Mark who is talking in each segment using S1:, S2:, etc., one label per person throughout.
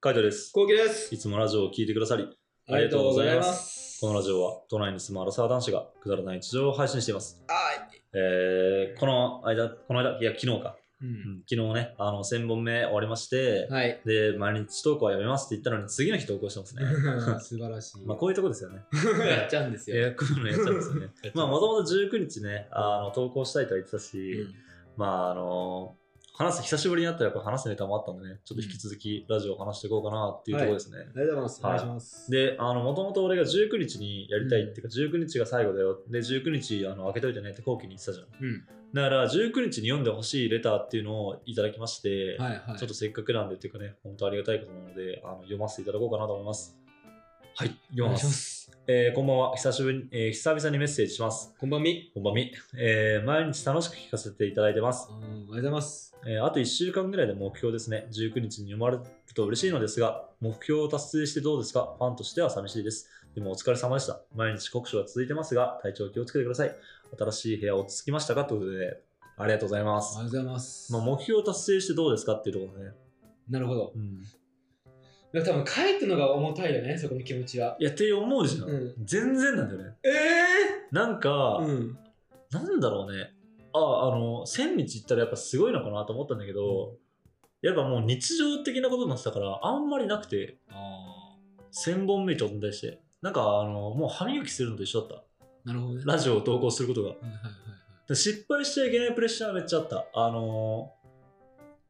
S1: カイトです。
S2: こうきです。
S1: いつもラジオを聞いてくださり、あ
S2: あ
S1: り
S2: り
S1: が
S2: が
S1: と
S2: と
S1: うご
S2: うご
S1: ざ
S2: ざ
S1: い
S2: い
S1: ま
S2: ます。
S1: このラジオは都内に住むアラサー男子がくだらない日常を配信しています。
S2: は
S1: えー、この間、この間、いや、昨日か。
S2: い。
S1: うん昨日ね、あの、1000本目終わりまして、
S2: はい。
S1: で、毎日投稿はやめますって言ったのに、次の日投稿してますね。
S2: 素晴らしい。
S1: まあ、こういうとこですよね。
S2: やっちゃうんですよ。
S1: えーこういうのやっちゃうんです よね
S2: やっちゃう。
S1: まあ、もともと19日ね、あの、投稿したいとは言ってたし、まあ、あの話す、久しぶりに会ったらやっぱ話すネタもあったんでね、ちょっと引き続きラジオを話していこうかなっていうところですね。
S2: ありがとうございます。お
S1: はい
S2: 願いします。
S1: で、あの、もともと俺が19日にやりたいっていうか、19日が最後だよ。で、19日、あの、開けといてねって後期に言ってたじゃん。
S2: うん。
S1: だから、19日に読んでほしいレターっていうのをいただきまして、
S2: はいはい。
S1: ちょっとせっかくなんでっていうかね、本当ありがたいことなので、あの読ませていただこうかなと思います。はい、読
S2: お
S1: み
S2: 願
S1: ま
S2: いし
S1: す。
S2: ます。
S1: えーこんばんは。久しぶりに、えー久々にメッセージします。
S2: こんばんみ。
S1: こんばんみ。えー毎日楽しく聞かせていただいてます
S2: あ。ーありがとうございます。
S1: えーあと1週間ぐらいで目標ですね。19日に読まれると嬉しいのですが、目標を達成してどうですかファンとしては寂しいです。でもお疲れ様でした。毎日酷暑が続いてますが、体調気をつけてください。新しい部屋落ち着きましたかということで、ありがとうございま
S2: あり
S1: す。
S2: がとうございます。
S1: まあ、目標を達成してどうですかっていうところね。
S2: なるほど。
S1: うん。
S2: でも多分帰ってのが重たいよね、そこの気持ちは。
S1: いや、って思うじゃん。
S2: うん
S1: 全然なんだよね。
S2: え
S1: なんか、
S2: うん。
S1: なんだろうね。あ、あの、1000日行ったらやっぱすごいのかなと思ったんだけど、やっぱもう日常的なことになってたから、あんまりなくて。
S2: あ
S1: 1000本目と対してなんかあのもう歯磨きするのと一緒だった
S2: あ。なるほどね。
S1: ラジオを投稿することが
S2: はいはいはい
S1: で失敗しちゃいけないプレッシャーはめっちゃあったあの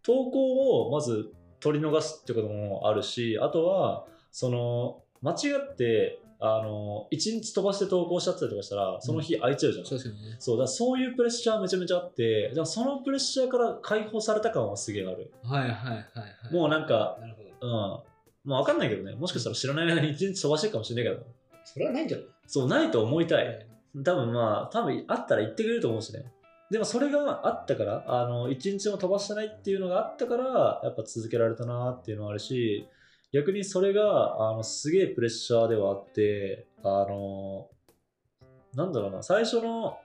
S1: 投稿をまず取り逃すってこともあるしあとはその間違ってあの1日飛ばして投稿しちゃったりとかしたらその日空いちゃうじゃん、
S2: はい。確かにね。
S1: そうだからそういうプレッシャーはめちゃめちゃあってだからそのプレッシャーから解放された感はすげえある、
S2: はいはいはいはい。
S1: もうなんか
S2: なるほど。
S1: うんまあ分かんないけどねもしかしたら知らない間に1日飛ばしてるかもしれないけど
S2: それはないんじゃない
S1: そうないと思いたい、多分まあ多分あったら言ってくれると思うしねでもそれがあったからあの一日も飛ばしてないっていうのがあったからやっぱ続けられたなっていうのはあるし逆にそれがあのすげえプレッシャーではあってあのなんだろうな最初の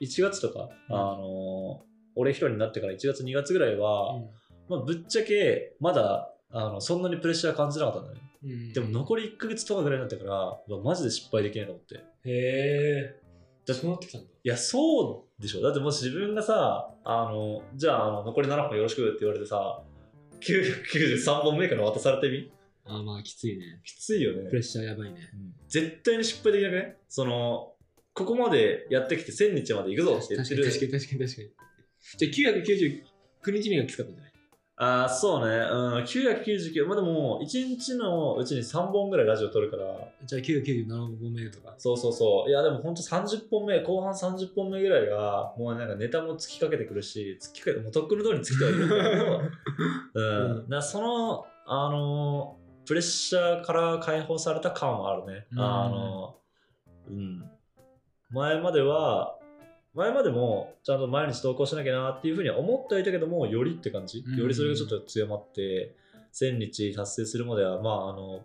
S1: 1月とか、
S2: うん
S1: あの俺一人になってから1月2月ぐらいは、まあ、ぶっちゃけまだあのそんなにプレッシャー感じなかったんだね
S2: うん。
S1: でも残り1ヶ月とかぐらいになってからうわマジで失敗できないと思って
S2: へえ。
S1: だ
S2: そうなってきたんだ。
S1: いや、そうでしょ。だってもし自分がさ、あの、じゃあ、あの残り7本よろしくって言われてさ、993本目から渡されてみ
S2: あーまあきついね。
S1: きついよね
S2: プレ。ッシャーやばいね。
S1: うん絶対に失敗できなくねその、ここまでやってきて1000日まで行くぞって言ってる。
S2: 確かに確かに確かに確かに。じゃあ999日目がきつかったんじゃない
S1: ああ、そうね。うん、999。まあでも、1日のうちに3本ぐらいラジオ撮るから、
S2: じゃあ997本目とか。
S1: そうそうそう。いや、でも本当30本目、後半30本目ぐらいが、もうなんかネタも尽きかけてくるし、尽きかけて、もうとっくの通りに尽きてはいるんだけど、うん。
S2: うん
S1: だからその、あのー、プレッシャーから解放された感はあるね。
S2: うん
S1: あのー、うん。前までは、前までもちゃんと毎日投稿しなきゃなっていうふうには思ってはいたけども、よりって感じ。
S2: うん
S1: よりそれがちょっと強まって、1000日達成するまでは、まあ、あの、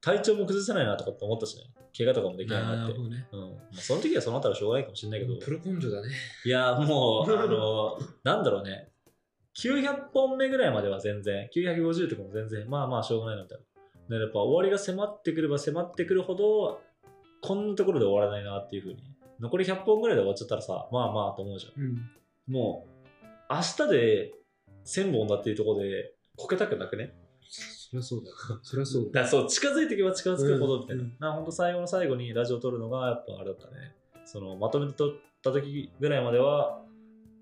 S1: 体調も崩せないなとかって思ったしね。怪我とかもできないな
S2: な
S1: って
S2: る。ほどね。
S1: うんまあ、その時はそのあたりしょうがないかもしれないけど、
S2: プロ根性だね。
S1: いや、もう、あの、なんだろうね、900本目ぐらいまでは全然、950とかも全然、まあまあしょうがないなみたいな。でやっぱ終わりが迫ってくれば迫ってくるほど、こんなところで終わらないなっていうふうに。残り100本ぐらいで終わっちゃったらさ、まあまあと思うじゃ
S2: うん。
S1: ん。もう、明日で1000本だっていうところで、こけたくなくね
S2: そりゃそうだよ。そりゃそうだ。
S1: だからそう近づいていけば近づくほどみたいな、
S2: うん
S1: なほんと最後の最後にラジオ撮るのがやっぱあれだったねそのまとめて撮った時ぐらいまでは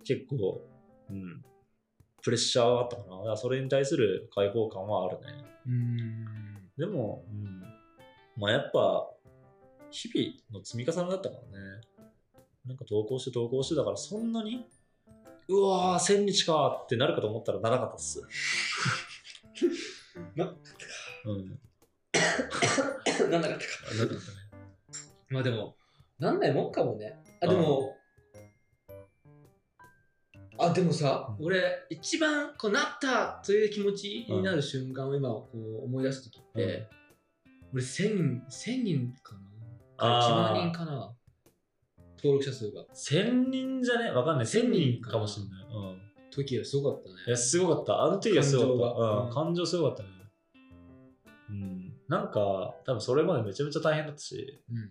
S1: 結構うんプレッシャーはあったかなだからそれに対する解放感はあるね
S2: うん。
S1: でも、うん、まあやっぱ日々の積み重ねだったからねなんか投稿して投稿してだからそんなにうわー1000日かってなるかと思ったらならなかったっす
S2: な、
S1: うん
S2: なんなかった
S1: な
S2: か。
S1: かったね
S2: まあでも、なんないもんかもね。あ、でも、あ、でもさ、
S1: うん
S2: 俺、一番こうなったという気持ちになる瞬間を今こう思い出すときって、俺1000、1000人かな
S1: あー
S2: ?1 万人かな登録者数が。
S1: 千人じゃねわかんない。千
S2: 千
S1: 人
S2: 人
S1: かもしれない。うん。
S2: 時はすごかったね。
S1: いや、すごかった。あの時はすごかった。う
S2: 感情が
S1: ん。感情すごかったね。なんか、多分それまでめちゃめちゃ大変だったし、
S2: うん。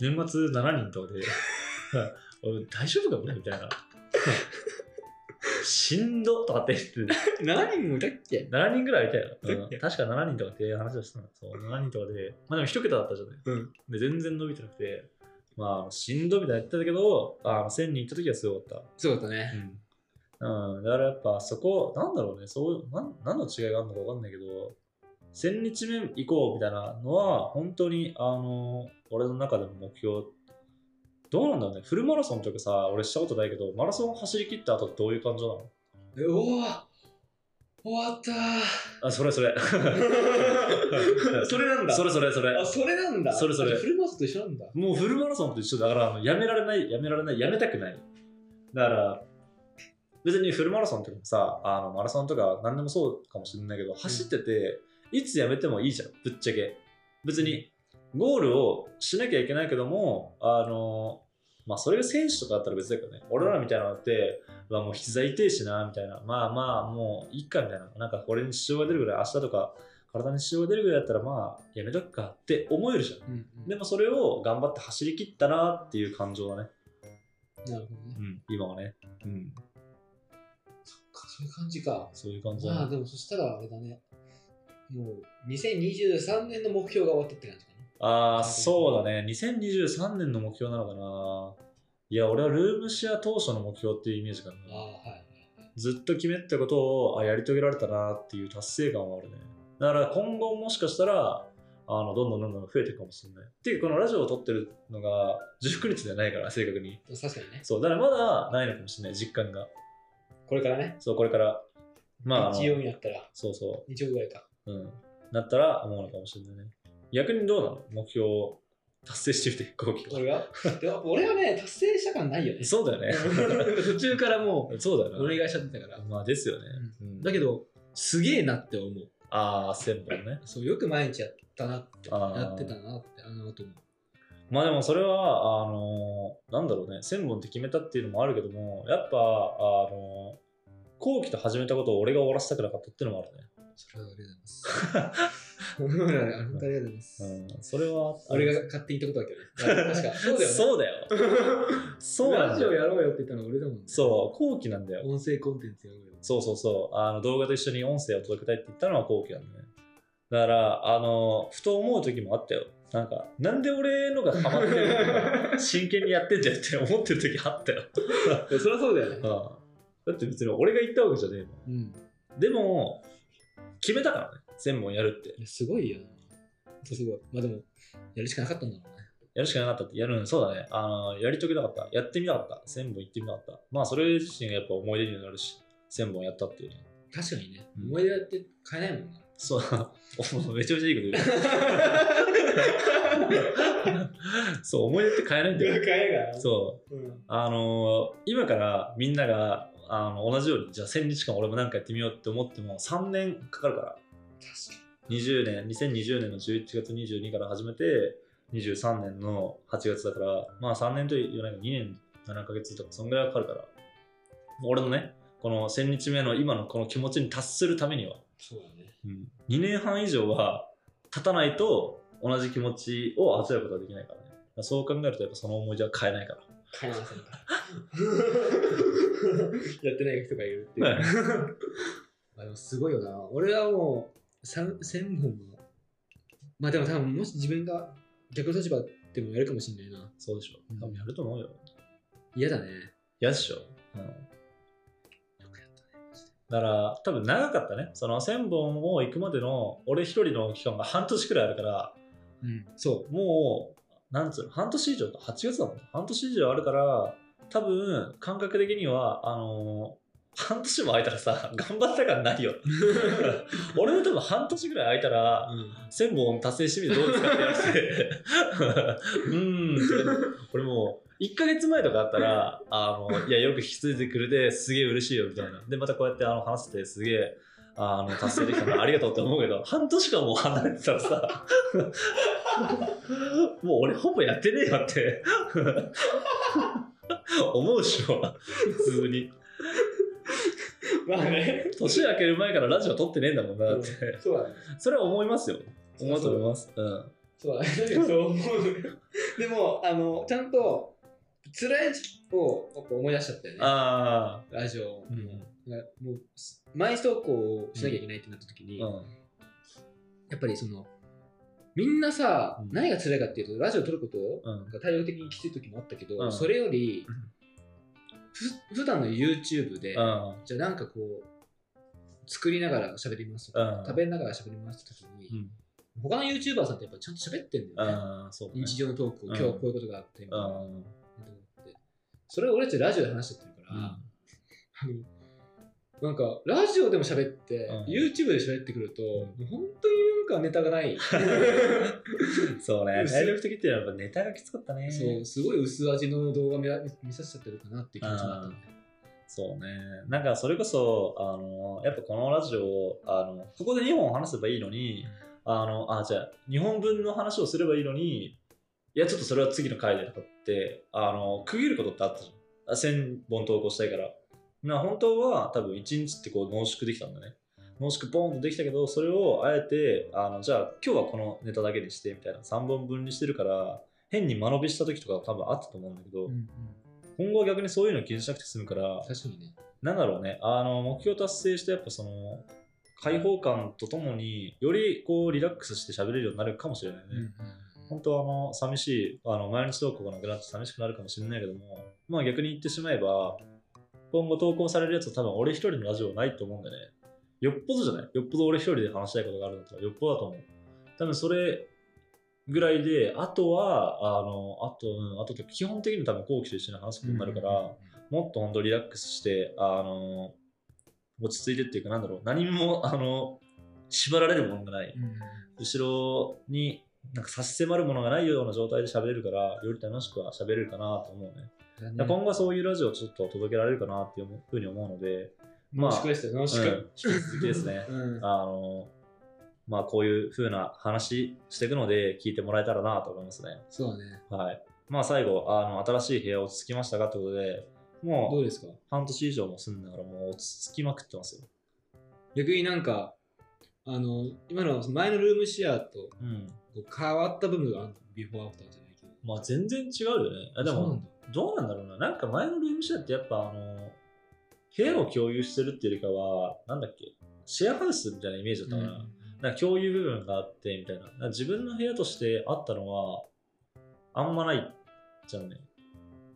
S1: 年末7人とかで、 俺大丈夫かこれみたいな。 しんどとかって言って
S2: 7人もいたっけ
S1: 7人ぐらいいたよ、う
S2: だっけ
S1: ん、確か7人とかっていう話をしたのそう7人とかでまあでも1桁だったじゃない
S2: うん。
S1: で全然伸びてなくてまあしんどみたいなやってたけどあ1000人行った時はすごかっ
S2: そうだった
S1: た
S2: ね。
S1: うん、だからやっぱそこなんだろうねそうなん何の違いがあるのか分かんないけど1000日目行こうみたいなのは本当にあの俺の中での目標どうなんだろうねフルマラソンとかさ俺したことないけどマラソン走り切った後どういう感情なの
S2: えおお終わった
S1: あそれそ れ
S2: ー それなんだ。
S1: それそれそれ
S2: あ、それなんだ。
S1: それそれ
S2: あフルマスと一緒なんだ。
S1: もうフルマラソンと一緒だから、あのやめられない、やめられない、やめたくない。だから、別にフルマラソンとかもさ、あのマラソンとか何でもそうかもしれないけど、走ってて、いつやめてもいいじゃん、ぶっちゃけ。別に、ゴールをしなきゃいけないけども、あの、まあ、それが選手とかだったら別だけどね、俺らみたいなのって、うわもう膝痛いしな、みたいな、まあまあ、もういいかみたいな、なんかこれに支障が出るぐらい、明日とか体に支障が出るぐらいだったら、まあ、やめとくかって思えるじゃん。
S2: うん、
S1: でもそれを頑張って走り切ったなっていう感情だね、
S2: なるほどね。
S1: うん、今はね、うん、
S2: そっか、そういう感じか。
S1: そういう感じ
S2: ま
S1: だ
S2: あ、
S1: ね
S2: でもそしたらあれだね。もう、2023年の目標が終わったって感じかな。
S1: ああそうだね2023年の目標なのかないや俺はルームシェア当初の目標っていうイメージかな
S2: ああ、はい。
S1: ずっと決めてたことをあやり遂げられたなっていう達成感はあるねだから今後もしかしたらあのどんどんどんどん増えていくかもしれないっていうかこのラジオを撮ってるのが19日じゃないから正確に
S2: 確かにね。
S1: そうだからまだないのかもしれない実感が
S2: これからね。
S1: そうこれからまああの
S2: 日曜日になったら、
S1: そうそう
S2: 日曜ぐらいか。
S1: うん、なったら思うのかもしれないね。逆にどうなの目標を達成してみて、後期
S2: 俺が でも俺はね、達成した感ないよね。
S1: そうだよね。
S2: 途中からも
S1: そうだ
S2: う、
S1: よ
S2: お
S1: ね。
S2: 願いしちゃってたから。
S1: まあですよね。うん
S2: だけど、すげえなって思う。
S1: ああ、1000本ね。
S2: そう、よく毎日やったなって、
S1: あー
S2: やってたなって、あの後も。
S1: まあでもそれは、あのーなんだろうね、1000本って決めたっていうのもあるけども、やっぱ、あのー後期と始めたことを俺が終わらせたくなかったっていうのもあるね。
S2: それはありがとうございます。本当にありがとうございます。
S1: うん、それは、
S2: 俺が勝手に言ったことだけどね。確か。そうだよね。
S1: そうだよ。そうなん
S2: ラジ
S1: だ
S2: オ
S1: よ。
S2: やろうよって言ったの俺だもんね。
S1: そう、後期なんだよ。
S2: 音声コンテンツやろうよ。
S1: そうそうそうあの動画と一緒に音声を届けたいって言ったのは後期なんだねだからあのふと思う時もあったよなんかなんで俺のがハマってるのか真剣にやってんじゃんって思ってる時あったよ、
S2: そりゃそうだよ
S1: う。んだって別に俺が言ったわけじゃねえも
S2: うん。
S1: んでも決めたからね全問やるって
S2: いやすごいよな。すごい。まあでも、やるしかなかったんだろうね。
S1: やるしかなかったってやるのそうだねあのやり遂げたかったやってみたかった全部行ってみたかったまあそれ自身がやっぱ思い出になるし全本やったっていうね
S2: 確かにね。
S1: うん
S2: 思い出だって変えないも んな。
S1: そうめちゃめちゃいいこと言うそう思い出って変えないんだよ
S2: 変えが。
S1: そう
S2: う。ん。
S1: あのー今からみんながあの同じようにじゃあ1000日間俺もなんかやってみようって思っても3年かかるから20年2020年の11月22から始めて23年の8月だからまあ3年と言わないけど2年7ヶ月とかそんぐらいかかるから俺のねこの1000日目の今のこの気持ちに達するためには、
S2: そうだね。
S1: うん、2年半以上は経たないと同じ気持ちを味わうことはできないからねだからそう考えるとやっぱその思い出は変えないから
S2: 変えませんか。やってない人がいるっていう。
S1: はい
S2: まあでもすごいよな。俺はもう、三千本も。まあでも多分、もし自分が逆の立場でもやるかもしれないな。
S1: そうでしょ
S2: うん。
S1: 多分やると思うよ。
S2: 嫌だね。
S1: 嫌でしょ。うん。
S2: よくやったね。マジで
S1: だから、多分長かったね。その1000本を行くまでの、俺一人の期間が半年くらいあるから、
S2: うん。
S1: そう、もう、なんつうの、半年以上か、8月だもん。半年以上あるから、多分、感覚的には、あのー半年も空いたらさ、頑張った感 ないよ。俺も多分半年くらい空いたら、1000本達成してみてどうですかって言 われて、うーんって、俺もう1ヶ月前とかあったら「あのいやよく引き継いでくれてすげえ嬉しいよ」みたいなでまたこうやってあの話してすげえあの達成できたからありがとうって思うけど 半年間もう離れてたらさ もう俺ほぼやってねえよって 思うでしょ普通に
S2: まあね。
S1: 年明ける前からラジオ撮ってねえんだもんなって
S2: そうだね。
S1: それは思いますよ思うと思います。うん。
S2: そうだ、そう思う。でも、あの、ちゃんと、辛い時期をやっぱ思い出しちゃったよね。
S1: ああ。
S2: ラジオも。
S1: うん
S2: だからもう、毎日投稿をしなきゃいけないってなった時に、
S1: うん。
S2: やっぱりその、みんなさ、
S1: うん
S2: 何が辛いかっていうと、ラジオ撮ること
S1: うん。
S2: が体力的にきつい時もあったけど、
S1: うん
S2: それより
S1: うん、
S2: ふ普段の YouTube で、
S1: うん。
S2: じゃあなんかこう、作りながら喋りますとか、
S1: うん
S2: 食べながら喋りますって時に、他の YouTuber さんってやっぱちゃんと喋ってんだよね。
S1: ああ、そうね。
S2: 日常のトークを、今日こういうことがあって、みたいな
S1: うん。
S2: ってそれを俺たちラジオで話しちゃってるから、あのなんかラジオでも喋って、
S1: うん
S2: YouTube で喋ってくると、
S1: う
S2: 本当になんかネタ がない
S1: そうね。
S2: 薄い
S1: 体力的っていうのはやっぱネタがきつかったね。
S2: そうすごい薄味の動画見ら見させちゃってるかなっていう気持ちもあったね
S1: そうね。なんかそれこそ、あの、やっぱこのラジオ、あの、ここで2本話せばいいのに、あの、あ、じゃあ、2本分の話をすればいいのに、いや、ちょっとそれは次の回でとかって、あの、区切ることってあったじゃん。あ1000本投稿したいから。な、本当は多分1日ってこう濃縮できたんだね。濃縮ボーンとできたけど、それをあえて、あの、じゃあ今日はこのネタだけにして、みたいな。3本分にしてるから、変に間延びした時とか多分あったと思うんだけど、
S2: うんうん
S1: 今後は逆にそういうの気にしなくて済むから、
S2: 確かにね
S1: なんだろうね、あの、目標達成して、やっぱその、開放感とともに、よりこう、リラックスして喋れるようになるかもしれないね。
S2: うんうんうん
S1: 本当はあの、寂しい、あの、毎日投稿がなくなって寂しくなるかもしれないけども、まあ逆に言ってしまえば、今後投稿されるやつは多分俺一人のラジオないと思うんでね。よっぽどじゃないよっぽど俺一人で話したいことがあるんだったらよっぽどだと思う。多分それぐらいで、あとは、あの、あと、うん、あとって基本的に多分後期と一緒に話すことになるから、もっと本当リラックスして、あの落ち着いてっていうか、なんだろう、何も、あの縛られるものがない。
S2: うんうん
S1: 後ろに、なんか差し迫るものがないような状態で喋れるから、より楽しくは喋れるかなと思うね。
S2: だね
S1: 今後はそういうラジオをちょっと届けられるかなっていうふうに思うので、まあ
S2: 濃縮ですよ濃
S1: うん、
S2: 縮、。
S1: 引き続きですね
S2: うん
S1: あのまあ、こういう風な話していくので、聞いてもらえたらなと思いますね。
S2: そうだね
S1: はい。まあ、最後、あの、新しい部屋落ち着きましたかってことで、もう
S2: どうですか
S1: 半年以上も住んだからもう落ち着きまくってますよ。
S2: 逆になんかあの今の前のルームシェアと
S1: うん。
S2: こう変わった部分があるのビフォーアフターじゃないけど
S1: まあ全然違うよね。あで
S2: そうなん
S1: も
S2: だ、
S1: どうなんだろうな。なんか前のルームシェアってやっぱあの、部屋を共有してるっていうよりかは、なんだっけ、シェアハウスみたいなイメージだったかな。なんか共有部分があってみたいな。なんか自分の部屋としてあったのは、あんまないじゃんね。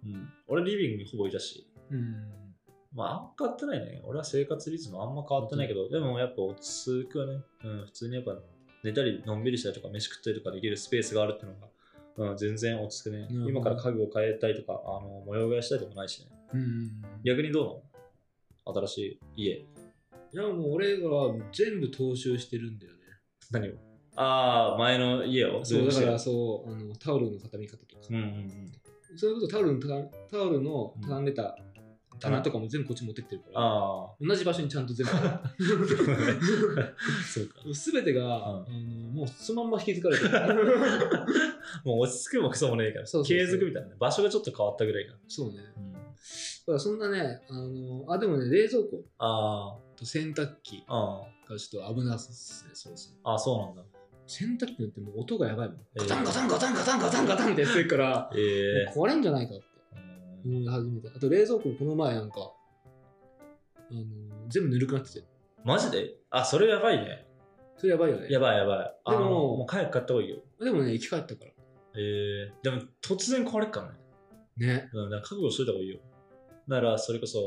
S1: うん。俺リビングにほぼいたし。
S2: うんうん
S1: まあ、あんま変わってないね。俺は生活リズムあんま変わってないけど、でもやっぱ落ち着くはね、うん、普通にやっぱ寝たり、のんびりしたりとか、飯食ったりとかできるスペースがあるってのが、うん、全然落ち着くね。
S2: うん
S1: 今から家具を変えたりとか、あの模様替えしたりとかないしね。
S2: うんうんいや、
S1: 逆にどうなの新しい家。
S2: いやもう俺は全部踏襲してるんだよね。
S1: 何をああ、前の家を
S2: そう、
S1: ルーム
S2: だ
S1: シ
S2: か
S1: ェア
S2: らそう、あのタオルの畳み方とか、
S1: うんうんうん。
S2: そういうことタオルのたタオルの
S1: うん
S2: 畳んでた棚とかも全部こっち持ってきてるから、
S1: ああ。
S2: 同じ場所にちゃん と全 部。
S1: そうか。
S2: すべてが、あのもうそのまんま引き継がれて る。
S1: もう落ち着くもクソもねえから、
S2: そうそうそ
S1: 継
S2: う
S1: 続みたいなね。場所がちょっと変わったぐらいかな。
S2: そうね。だ
S1: うん、
S2: からそんなね、あの、あ、でもね、冷蔵庫
S1: あ
S2: と洗濯機
S1: あ、ああ
S2: がちょっと危なそうですね、そうですね。
S1: ああ、そうなんだ。
S2: 洗濯機なんてもう音がやばいもん。
S1: えー
S2: ガタンガタンガタンガタンガタンガタンってやってるから、
S1: ええ
S2: もう壊れんじゃないかっ
S1: う
S2: て。
S1: ん
S2: 思い始めてあと冷蔵庫この前なんか、あの全部ぬるくなってて
S1: マジであ、それやばいね。
S2: それやばいよね
S1: やばいやばい。あ
S2: で
S1: の、
S2: も
S1: もう早く買った方がいいよ。
S2: でもね生き返ったから
S1: えー、でも突然壊れっからね。
S2: ね
S1: うん、だから覚悟しといた方がいいよ。なら、それこそ、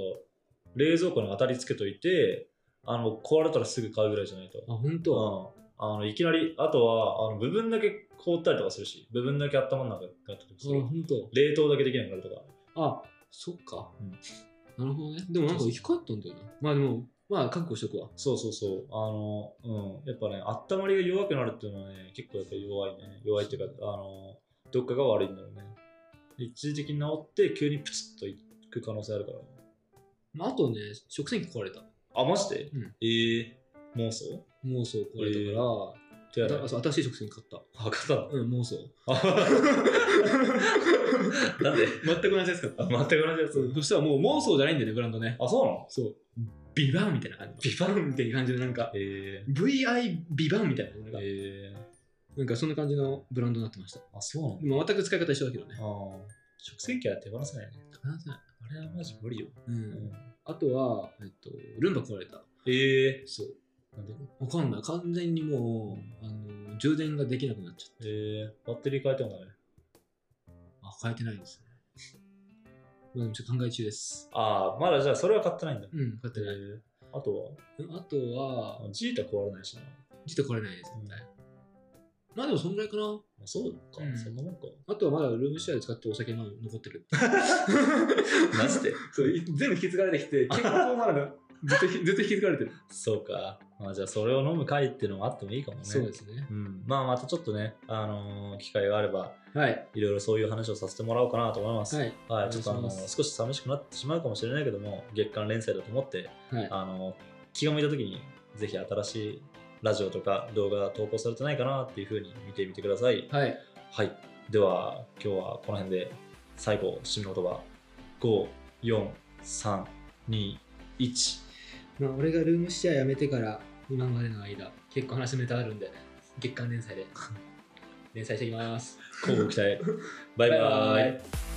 S1: 冷蔵庫の当たりつけといて、あの、壊れたらすぐ買うぐらいじゃないと。
S2: あ本当、
S1: うん。あの、いきなり、あとは、あの、部分だけ凍ったりとかするし、部分だけ温まんなくなったりとかす
S2: あ
S1: る。
S2: 本当
S1: 冷凍だけできなくなるとか。
S2: あそっか、
S1: うん
S2: なるほどねでもなんか生き返ったんだよなまあでもまあ覚悟しとくわ
S1: そうそうそう。あの、うん。やっぱね、温まりが弱くなるっていうのはね、結構やっぱ弱いね。弱いっていうか、あの、どっかが悪いんだろうね。一時的に治って、急にプツッといく可能性あるから。
S2: まああとね食洗機壊れた
S1: あ、マジで、
S2: うん
S1: ええー、妄想
S2: 妄想壊れたから、
S1: 手洗い
S2: だ。そう新しい食洗機買った
S1: あ、買ったの
S2: うん妄想
S1: なんで
S2: 全く同じやつ買っ
S1: あ全く同じや
S2: そ
S1: つ
S2: う。そしたらもう妄想じゃないんだよねブランドね
S1: あ、そうなの
S2: そうビバンみたいな感じビバンみたいな感じでなんか
S1: え
S2: VI ビバンみたいなの
S1: ー、
S2: が
S1: え
S2: なんかそんな感じのブランドになってました。
S1: あ、そうなんだ。
S2: まあ全く使い方一緒だけどね。
S1: ああ。食洗機は手放せないね。
S2: 話せない
S1: あれはマジ無理よ。
S2: う。。
S1: うん
S2: あとは、えっと、ルンバ壊れた。
S1: ええ
S2: そう。
S1: なんで
S2: わかんない。完全にもう、あの、充電ができなくなっちゃって。
S1: ええバッテリー変えてもダメ。
S2: あ、変えてないんですね。まあでもちょっと考え中です。
S1: ああ、まだじゃあそれは買ってないんだ。
S2: うん、買ってない。
S1: ええあと
S2: あとは
S1: は、、あジータ壊れないしな。
S2: ちょっと壊れないです、絶対。まあでもそんぐらいかな。
S1: まあそうか、
S2: うん
S1: そんなもんか。
S2: あとはまだルームシェアで使ったお酒が残ってる。
S1: マジで
S2: そうい全部引き継がれてきて、結構まだねずっとひずっと引き継がれてる。
S1: そうか。まあじゃあそれを飲む会っていうのもあってもいいかもね。
S2: そうですね。
S1: うん、まあまたちょっとね、あのー機会があれば、
S2: はい。
S1: いろいろそういう話をさせてもらおうかなと思います。、
S2: はいい。
S1: ちょっとあ
S2: お願
S1: の
S2: いします
S1: 少し寂しくなってしまうかもしれないけども、月間連載だと思って、
S2: はい。
S1: あの気が向いた時に、ぜひ新しいラジオとか動画投稿されてないかなっていうふうに見てみてください。
S2: はい。
S1: はい。では、今日はこの辺で、最後、締めの言葉、5、4、3、2、1。
S2: まあ、俺がルームシェアやめてから、今までの間、結構話すネタあるんで、月間連載で、連載していきます。
S1: 交互期待。バイバイ。
S2: バイバイ